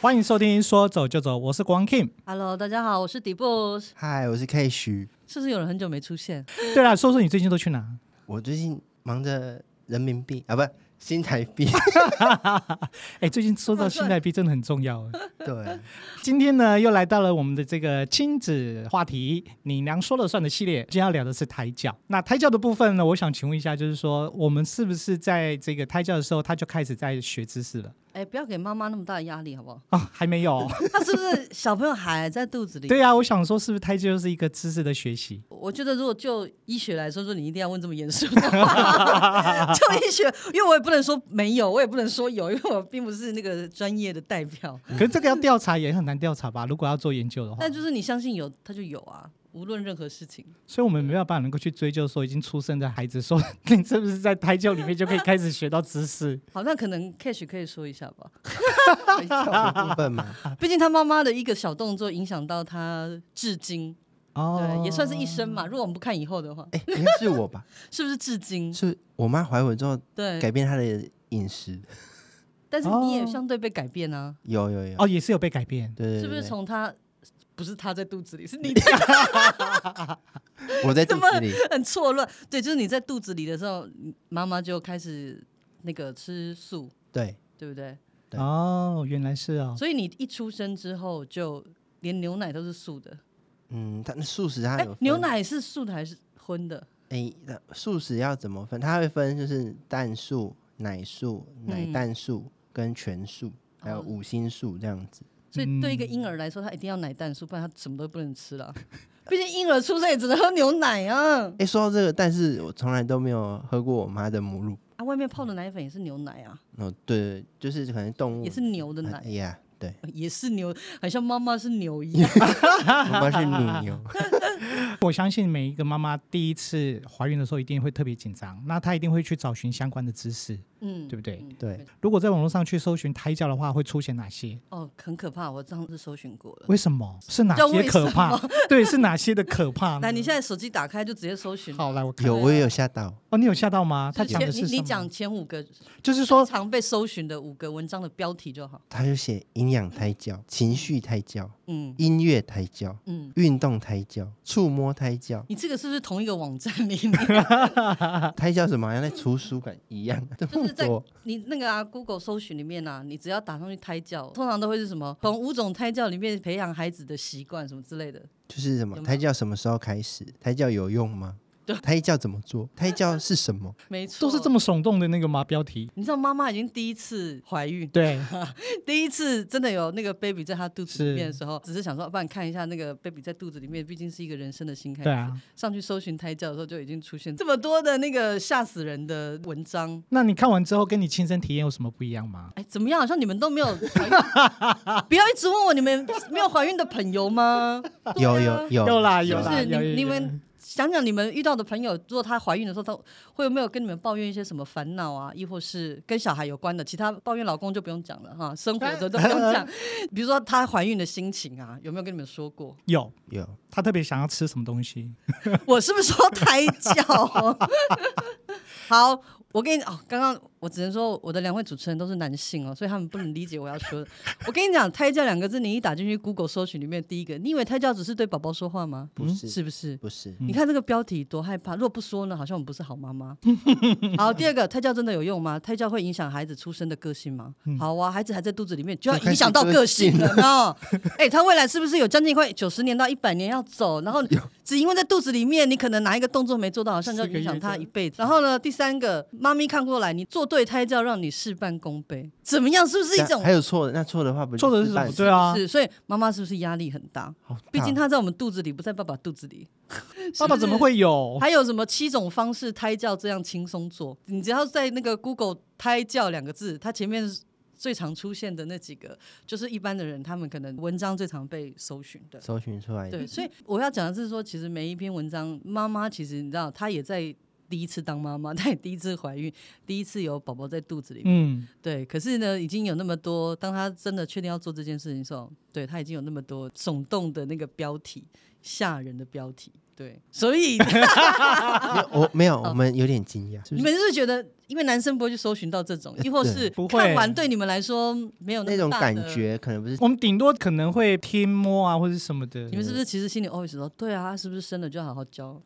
欢迎收听《说走就走》，我是光 Kim。 Hello，大家好，我是底部。嗨，我是 K 徐，是不是有人很久没出现？对了，说说你最近都去哪？ 我最近忙着人民币啊，不，新台 币。哎，最近说到新代币真的很重要。啊对，啊今天呢，又来到了我们的这个亲子话题“你娘说了算”的系列。今天要聊的是胎教。那胎教的部分呢，我想请问一下，就是说我们是不是在这个胎教的时候，他就开始在学知识了？哎、不要给妈妈那么大的压力，好 不好？哦，还没有。她是不是小朋友还在肚子里？对啊，我想说，是不是胎教就是一个知识的学习？我觉得如果就医学来说，说你一定要问这么严肃的话， 就医学，因为我也不能说没有，我也不能说有，因为我并不是那个专业的代表。可是这个要调查也很难调查吧？如果要做研究的话但，就是你相信有，他就有啊，无论任何事情。所以我们没有办法能够去追究说已经出生的孩子说 你是不是在胎教里面就可以开始学到知识？好，那可能 Cash 可以说一下吧， 的部分嘛，毕竟他妈妈的一个小动作影响到他至今，哦对，也算是一生嘛。如果我们不看以后的话，哎、应该是我吧？是不是至今？是我妈怀我之后对，改变她的饮食，但是你也哦相对被改变啊，有有有，哦，也是有被改变。对对对，是不是对从他不是他在肚子里，是你在 我在怎肚么子里？很错乱？对，就是你在肚子里的时候，你妈妈就开始那个吃素，对，对不对？对哦，原来是哦。所以你一出生之后就连牛奶都是素的，嗯，她那素食她哎有分、，牛奶是素的还是荤的？哎，那素食要怎么分？它会分就是蛋素、奶素、奶嗯蛋素、跟全素，还有哦五星素这样子。所以对一个嗯婴儿来说，他一定要奶蛋素，不然他什么都不能吃了。 毕竟婴儿出生也只能喝牛奶啊，哎、说到这个，但是我从来都没有喝过我妈的母乳。啊，外面泡的奶粉也是牛奶啊，哦，对，就是可能动物也是牛的奶哎，呀， 对，也是牛，好像妈妈是牛一样。我妈是母牛。我相信每一个妈妈第一次怀孕的时候一定会特别紧张，那她一定会去找寻相关的知识。嗯，对不对嗯对，如果在网络上去搜寻胎教的话，会出现哪些？哦，很可怕，我上次搜寻过了。为什么？是哪叫些为可什 怕？对，是哪些的可怕呢？来，你现在手机打开就直接搜寻。好来，我看 有我也有吓到，哦，你有吓到吗？他就讲的前是什你么？你讲前五个就是最说常被搜寻的五个文章的标题就好。他就写营养胎教、情绪胎教、嗯音乐胎教、嗯，运动胎教、触摸 胎教，你这个是不是同一个网站里面？ 胎教什么好像在图书馆一样，这就么是在多。你那个啊，Google 搜寻里面啊，你只要打上去胎教，通常都会是什么从五种胎教里面培养孩子的习惯什么之类的。就是什有么没有胎教什么时候开始？胎教有用吗？胎教怎么做？ 胎教是什么？没错，都是这。么耸动的那个吗？标题？你知道妈妈已经第一次怀孕， 对，第一次真的有那个 baby 在她肚子里面的是时候，只是想说，不然看一下那个 baby 在肚子里面，毕竟是一个人生的新开始。对啊。上去搜寻胎教的时候，就已经出现这么多的那个吓死人的文章。那你看完之后，跟你亲身体验有什么不一样吗？哎，怎么样？好像你们都没有怀 孕，不要一直问我你们没有怀孕的朋友吗？啊有有有有啦就有啦是有有你你有们想想你们遇到的朋友，如果她怀孕的时候，她会有没有跟你们抱怨一些什么烦恼啊，亦或是跟小孩有关的？其他抱怨老公就不用讲了哈，生活的都不用 讲。比如说她怀孕的心情啊，有没有跟你们说过？有，有，他特别想要吃什么东西？ 我是不是说胎教？ 好，我跟你哦，刚刚我只能说我的两位主持人都是男性哦，所以他们不能理解我要 说的。我跟你讲，胎教两个字，你一打进去 Google 搜寻里面第一个，你以为胎教只是对宝宝说话吗？不是是不是？不是？嗯你看这个标题多害怕，如果不说呢，好像我们不是好妈妈。好，第二个，胎教真的有用吗？胎教会影响孩子出生的个性吗？好啊，孩子还在肚子里面就要影响到个性了 呢。哎、他未来是不是有将近快九十年到一百年要走？然后只因为在肚子里面，你可能哪一个动作没做到，好像就影响他一辈子。然后呢，第三个，妈咪看过来，你做对胎教，让你事半功倍，怎么样？是不是一种还？有错的，那错的话不就做的是什么？半对啊，是，所以妈妈是不是压力很大？好大毕竟她在我们肚子里，不在爸爸肚子里。爸爸怎么会有？还有什么七种方式胎教这样轻松做？你只要在那个 Google 胎教两个字，它前面最常出现的那几个，就是一般的人他们可能文章最常被搜寻的。搜寻出来的对，所以我要讲的是说，其实每一篇文章，妈妈其实你知道，她也在第一次当妈 妈，她也第一次怀孕，第一次有宝宝在肚子里面。嗯，对，可是呢，已经有那么多，当她真的确定要做这件事情的时候，对她已经有那么多耸动的那个标题，吓人的标题。对，所以啊没有啊我没嗯有，我们有点惊讶，是你不们是？是不是觉得，因为男生不会去搜寻到这种，亦或是不会看完对你们来说没有那么种大感的？觉可能不是我们顶多可能会贴摸啊，或者是什么的。你们是不是其实心里 always 说，对啊，他是不是生了就好好教？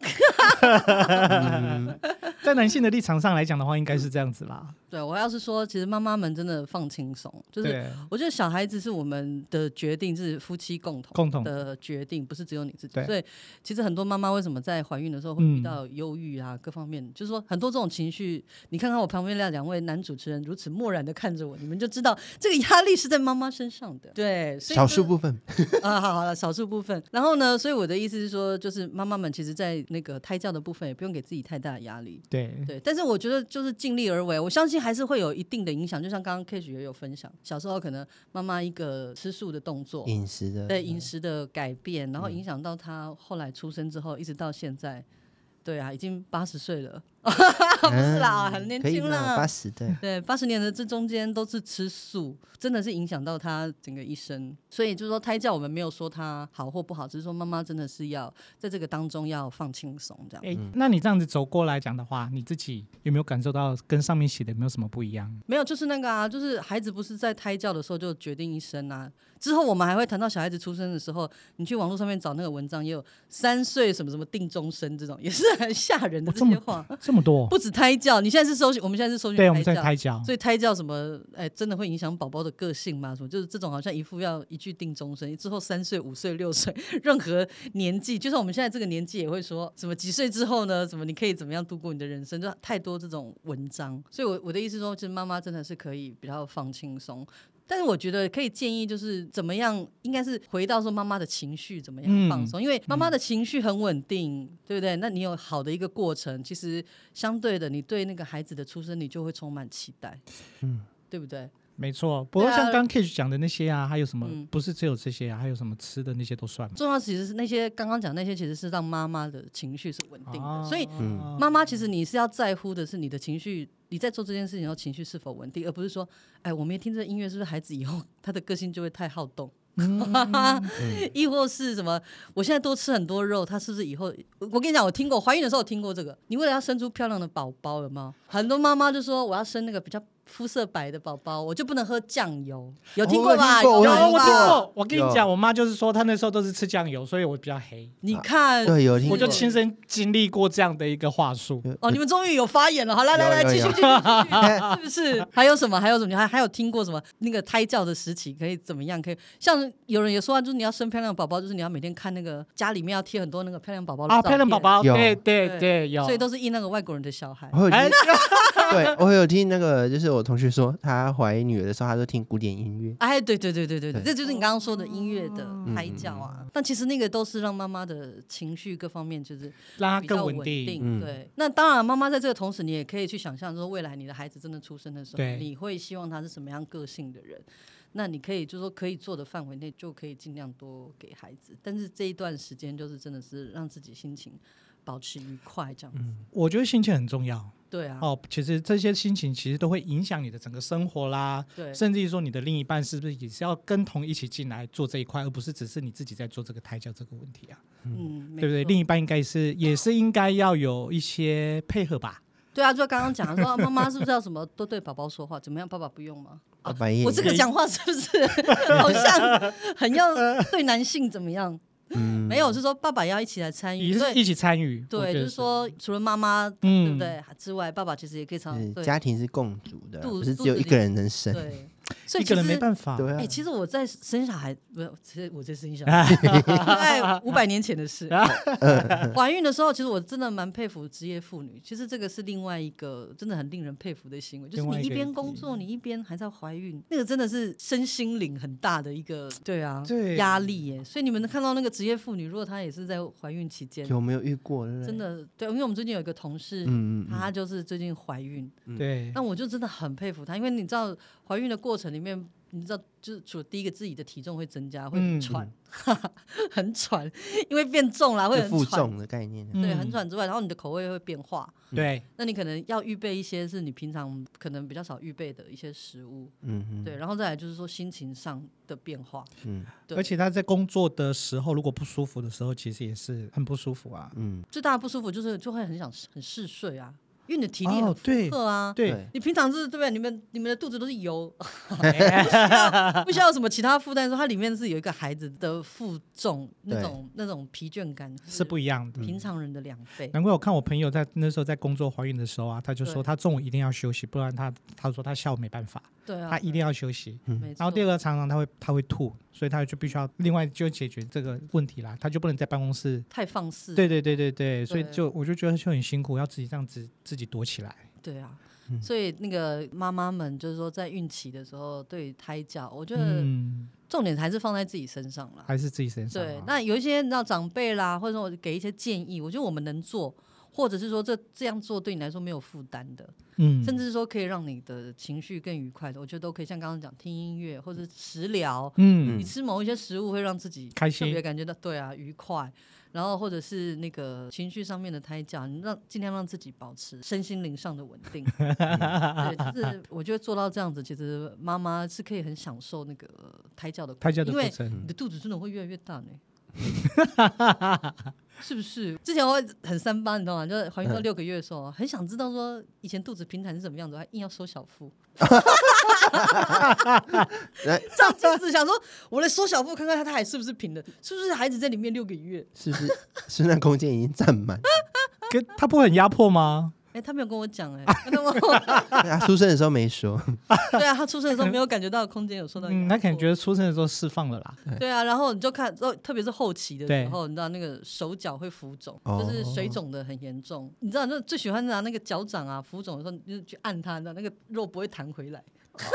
在男性的立场上来讲的话，应该是这样子啦。对啊我要是说，其实妈妈们真的放轻松，就是对，我觉得小孩子是我们的决定，是夫妻共同共同的决定，不是只有你自己。对所以其实很多妈妈为什么在怀孕的时候会遇到忧郁啊，各方面，就是说很多这种情绪。你看看我旁边那两位男主持人如此漠然的看着我，你们就知道这个压力是在妈妈身上的。对，所以少这数部分， 啊，好好了，少数部分。然后呢，所以我的意思是说，就是妈妈们其实，在那个胎教的部分，也不用给自己太大的压力。嗯对，对，但是我觉得就是尽力而为，我相信还是会有一定的影响。就像刚刚 Cash 也有分享，小时候可能妈妈一个吃素的动作，饮食嗯的对饮食的改变，然后影响到她后来出生之后，一直到现在，对啊，已经八十岁了， 不不是啦，很年嗯可以轻啦，啦八。十对，对，八十年的这中间都是吃素，真的是影响到她整个一生。所以就是说，胎教我们没有说它好或不好，只是说妈妈真的是要在这个当中要放轻松这样。哎，那你这样子走过来讲的话，你自己有没有感受到跟上面写的有没有什么不一样？没有，就是那个啊，就是孩子不是在胎教的时候就决定一生啊。之后我们还会谈到小孩子出生的时候，你去网络上面找那个文章，也有三岁什么什么定终身这种，也是很吓人的哦这这么些话。这么多？啊不止胎教，你现在是搜寻，我们现在是搜寻对，我们胎在教，胎教。所以胎教什么，哎，真的会影响宝宝的个性吗？什么就是这种好像一副要一句定终身，之后三岁、五岁、六岁， 任何年纪，就算我们现在这个年纪也会说什么几岁之后呢？什么你可以怎么样度过你的人生？就太多这种文章，所以我我的意思说，其实妈妈真的是可以比较放轻松。但是我觉得可以建议，就是怎么样，应该是回到说妈妈的情绪怎么样嗯放松，因为妈妈的情绪很稳定，对不对？那你有好的一个过程，其实相对的，你对那个孩子的出生，你就会充满期待，嗯对不对？没错，不过对啊像刚 K 讲的那些啊，还有什么、嗯不是只有这些啊，还有什么吃的那些都算吗？重要其实是那些刚刚讲那些，其实是让妈妈的情绪是稳定的，所以嗯妈妈其实你是要在乎的是你的情绪，你在做这件事情的时候情绪是否稳定，而不是说，哎，我没听这音乐，是不是孩子以后他的个性就会太好动？ 亦或是什么？我现在多吃很多肉，他是不是以后？我我跟你讲，我听过怀孕的时候我听过这个。你为了要生出漂亮的宝宝，有没有？很多妈妈就说我要生那个比较肤色白的宝宝，我就不能喝酱油。有听过吧？哦我有有听过啊有我吧听过，我跟有你讲，我妈就是说她那时候都是吃酱油，所以我比较黑，你看，对有听我就过亲身经历过这样的一个话术。有哦，你们终于有发言了，好，来来来，有有继续有 哎继续继续，是不是？还有什么？还有什么？你还还有听过什么？那个胎教的时期可以怎么样？可以像有人也说啊，就是你要生漂亮的宝宝，就是你要每天看那个家里面要贴很多那个漂亮宝宝的啊，照漂亮宝片，宝，有对对对对，有，所以都是印那个外国人的小孩我。有听哎， 对，我有听那个，就是我同学说，她怀女儿的时候，她都听古典音乐。哎，对对对对对对，对哦嗯这就是你刚刚说的音乐的胎教啊。但其实那个都是让妈妈的情绪各方面就是让比她啊较更稳稳定。嗯对，那当然，妈妈在这个同时，你也可以去想象说，未来你的孩子真的出生的时候，对你会希望他是什么样个性的人。那你可以就是说可以做的范围内，就可以尽量多给孩子。但是这一段时间，就是真的是让自己心情保持愉快这样子。我觉得心情很重要对啊，嗯哦，其实这些心情其实都会影响你的整个生活啦，对，甚至于说你的另一半是不是也是要跟同一起进来做这一块，而不是只是你自己在做这个胎教这个问题啊，嗯，没对不对？错哦另一半应该是也是应该要有一些配合吧。对啊，就刚刚讲说，啊妈妈是不是要什么都对宝宝说话？怎么样，爸爸不用吗？爸爸也哦我这个讲话是不是好像很要对男性怎么样？嗯没有，是说爸爸要一起来参与，也所是以一起参与，我对，觉就得是，说除了妈妈嗯对不？对之外，爸爸其实也可以常是对家庭是共主的啦，肚不是肚只有子一里个人能生。对，所以一个其人没实办法， 对啊，哎，其实我在生小孩，不是，其实我在生 小啊孩，大概五百年前 的事。嗯怀孕的时候，其实我真的蛮佩服职业妇女。其实这个是另外一个真的很令人佩服的行为，就是另外你一一个边工作，你一边还在怀孕，那个真的是身心灵很大的一个对啊对压力耶。所以你们看到那个职业妇女，如果她也是在怀孕期间，有没有遇过？对不对真，的对，因为我们最近有一个同事，嗯嗯嗯，她就是最近怀孕，对那我就真的很佩服她，因为你知道怀孕的过程里面，你知道，就是除了第一个自己的体重会增加，会嗯很喘，哈哈，很喘，因为变重了会就很负喘，重的概念啊。对，很嗯喘之外，然后你的口味会变化，对，那你可能要预备一些是你平常可能比较少预备的一些食物，嗯哼，对，然后再来就是说心情上的变化，嗯对而且他在工作的时候，如果不舒服的时候，其实也是很不舒服啊。嗯，最大的不舒服就是就会很想很嗜睡啊，因为你的体力哦很对负荷啊，对，你平常是对不对？你们你们的肚子都是油，哎 不需要什么其他负担。说它里面是有一个孩子的负重，那对种那种疲倦感是不一样的。平常人的两倍。难怪我看我朋友在那时候在工作怀孕的时候啊，他就说对他中午一定要休息，不然他他说他下午没办法，对啊，他一定要休息。没错。然后第二个常常他会他会吐，所以他就必须要另外就解决这个问题啦，他就不能在办公室。太放肆，对对对对对，所以对就我就觉得就很辛苦，要自己这样子自己躲起来。对啊。嗯所以那个妈妈们就是说，在孕期的时候，对于胎教，我觉得嗯，重点还是放在自己身上啦。还是自己身上啊。对，那有一些你知道长辈啦，或者说我给一些建议，我觉得我们能做，或者是说这这样做对你来说没有负担的，嗯，甚至说可以让你的情绪更愉快的，我觉得都可以。像刚刚讲听音乐或者食疗，嗯 你吃某一些食物会让自己开特心别感觉到对啊愉快，然后或者是那个情绪上面的胎教，你让尽量让自己保持身心灵上的稳定。 嗯对，就是我觉得做到这样子，其实妈妈是可以很享受那个胎教的过胎教的因过为程你，的肚子真的会越来越 大呢。是不是？之前我很三八，你知道吗？就是怀嗯孕到六个月的时候，很想知道说以前肚子平坦是什么样子，还硬要收小 腹。照镜子想说，我来收小腹看看它它还是不是平的，是不是孩子在里面六个月？是不是是不是那空间已经占满？ 跟他不会很压迫吗？哎、他没有跟我讲哎、他跟我他出生的时候没说，对啊，他出生的时候没有感觉到空间有受到压迫、嗯，他可能觉得出生的时候释放了啦。对啊，然后你就看，哦，特别是后期的对时候，你知道那个手脚会浮肿，哦就是水肿的很严重。你知道，就最喜欢拿那个脚掌啊浮肿的时候，你就去按它，你知道那个肉不会弹回来，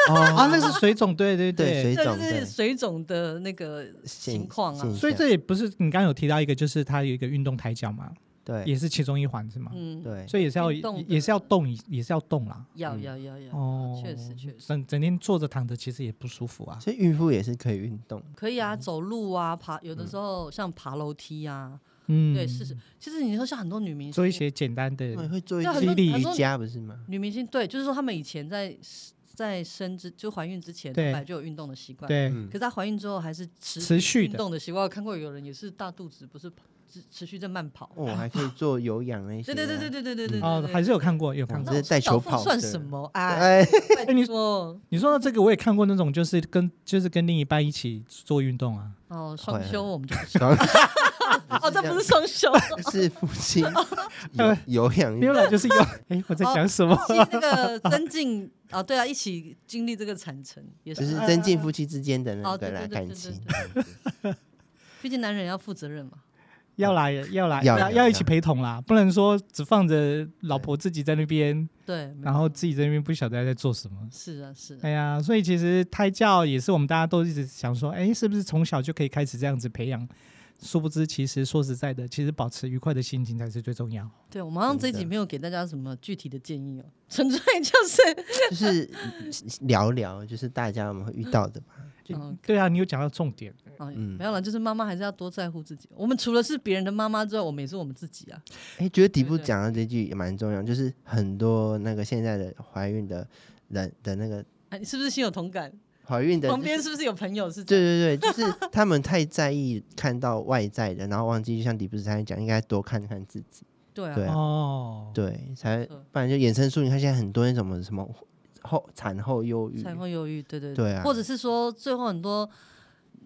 啊，那是水肿，对对嗯对水这就肿是对水肿的那个情况啊现。所以这也不是你刚刚有提到一个，就是它有一个运动抬脚嘛，对也是其中一环是吗？嗯，对，所以也是要运动的也是要动，也是要动啦。要嗯要要要，哦，确实确实整整天坐着躺着其实也不舒服啊。所以孕妇也是可以运动，可以啊，走路啊，爬，有的嗯时候像爬楼梯啊，嗯，对，是是。其实你说像很多女明星做一些简单的对，会做一那些啊很多很瑜多伽不是吗？女明星，对，就是说她们以前在在生之就怀孕之前，对本来就有运动的习惯。对嗯可是她怀孕之后还是持持续运的，动的习惯。我看过有人也是大肚子，不是跑持持续在慢跑。哦，还可以做有氧那些对啊，对对对对对对对哦，还是有看过有我看们过这。是带球跑算的什？么啊？哎，哎，你说你说到这个，我也看过那种就是跟就是跟另一半一起做运动啊，哦，双会休我们就不是然后哦，这不是双休，是父 亲有有氧运另动，外就是有 哎我在讲什么？是那个增进啊，对啊，一起经历这个产程也就是是，增进夫妻之间的那哦对个啦对对对感情。毕竟男人要负责任嘛。要来要来要要要一起陪同啦，不能说只放着老婆自己在那边，对，没然后自己在那边不晓得在做什么。是啊是啊，哎呀，所以其实胎教也是我们大家都一直想说，哎，是不是从小就可以开始这样子培养？殊不知，其实说实在的，其实保持愉快的心情才是最重要。对我们好像这一真集的没有给大家什么具体的建议哦，纯粹就是就是聊聊，就是大家我们会遇到的吧。就嗯对啊，你有讲到重点，哦，嗯没有了，就是妈妈还是要多在乎自己。我们除了是别人的妈妈之外，我们也是我们自己啊。哎、觉得对底不部对讲到这句也蛮重要，就是很多那个现在的怀孕的人的那个啊，你是不是心有同感？怀孕的，旁边是不是有朋友是这对样？对对，就是他们太在意看到外在的，然后忘记就像底部刚才讲，应该多看看自己，对啊，对啊哦，对，才错不然就衍生出你看现在很多那种什么后产后忧郁，产后忧郁，对对对啊或者是说最后很多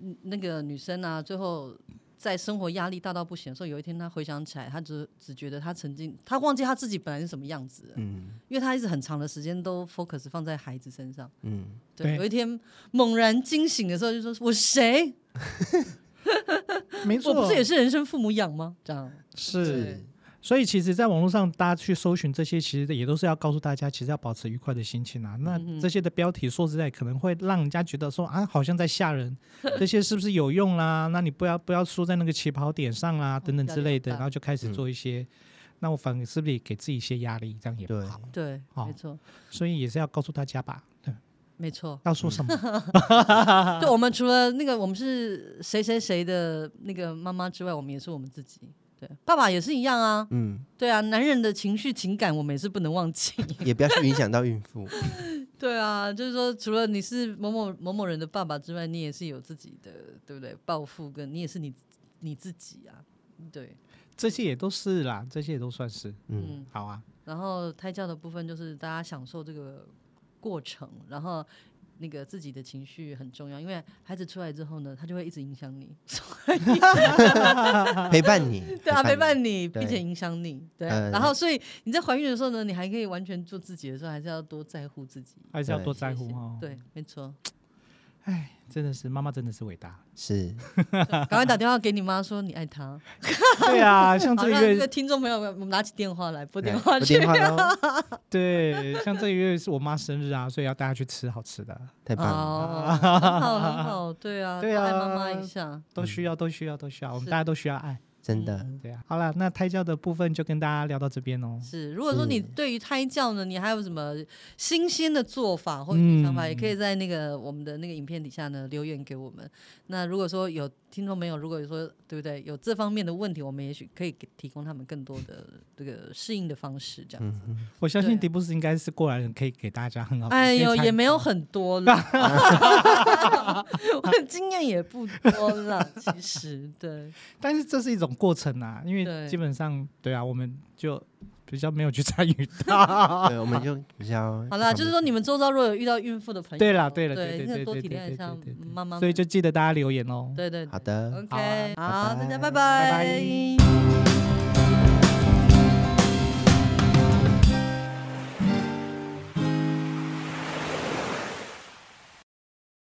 嗯那个女生啊，最后在生活压力大到不行的时候，有一天她回想起来，她只只觉得她曾经，她忘记她自己本来是什么样子了，嗯因为她一直很长的时间都 focus 放在孩子身上。嗯，对，对有一天猛然惊醒的时候，就说：“我谁？没我错，不是也是人生父母养吗？”这样是。对所以其实，在网络上大家去搜寻这些，其实也都是要告诉大家，其实要保持愉快的心情啊。嗯那这些的标题说实在，可能会让人家觉得说啊，好像在吓 人，这些是不是有用啦？那你不要不要输在那个起跑点上嗯啦，等等之类的，压力好大然后就开始做一些。那我反而是不是也给自己一些压力？这样也不对好，对，好没错。所以也是要告诉大家吧。对，没错。要说什么？嗯就我们除了那个我们是谁谁谁的那个妈妈之外，我们也是我们自己。对，爸爸也是一样啊。嗯，对啊，男人的情绪情感我们也是不能忘记。 也不要去影响到孕妇。对啊，就是说，除了你是某某某某人的爸爸之外，你也是有自己的，对不对？抱负跟你也是你你自己啊。对， 这些也都是啦，这些也都算是。嗯，嗯。好啊，然后胎教的部分就是大家享受这个过程，然后那个自己的情绪很重要，因为孩子出来之后呢，他就会一直影响你，陪伴你， 对啊，陪伴你。你，对并且影响你，对啊、呃然后，所以你在怀孕的时候呢，你还可以完全做自己的时候，还是要多在乎自己，还是要对多在谢乎谢哦。，对，没 错，哎，真的是妈妈真的是伟大。是，赶快打电话给你妈说你爱她。对啊，像这好，个让这个月，听众朋友们拿起电话来 拨电来话拨去电。话喽， 对，像这个月是我妈生日啊，所以要带她去吃好吃的，太棒了，哦，很好很好，对啊，对多爱啊妈妈一下，都需要，都需要，都需要，我们嗯是大家都需要爱。真的。对啊，好了，那胎教的部分就跟大家聊到这边哦。是，如果说你是对于胎教呢，你还有什么新鲜的做法或者你的想法，嗯也可以在那个我们的那个影片底下呢留言给我们。那如果说有听众朋友，如果有说对不对有这方面的问题，我们也许可以给提供他们更多的这个适应的方式，这样子。嗯，我相信对迪布斯应该是过来人，可以给大家很好的哎一些呦，参也没有考很多啦， 我的经验也不多啦，其实对，但是这是一种过程啊，因为对基本上对啊，我们就比较没有去参与到。嗯对，我们就比较 好啦，就是说你们周遭如果有遇到孕妇的朋友，对啦，对啦，对，对真的对多对体对谅一对下对对，妈妈们，所以就记得大家留言哦。对对对好的， OK，好啊好，大家拜拜拜。拜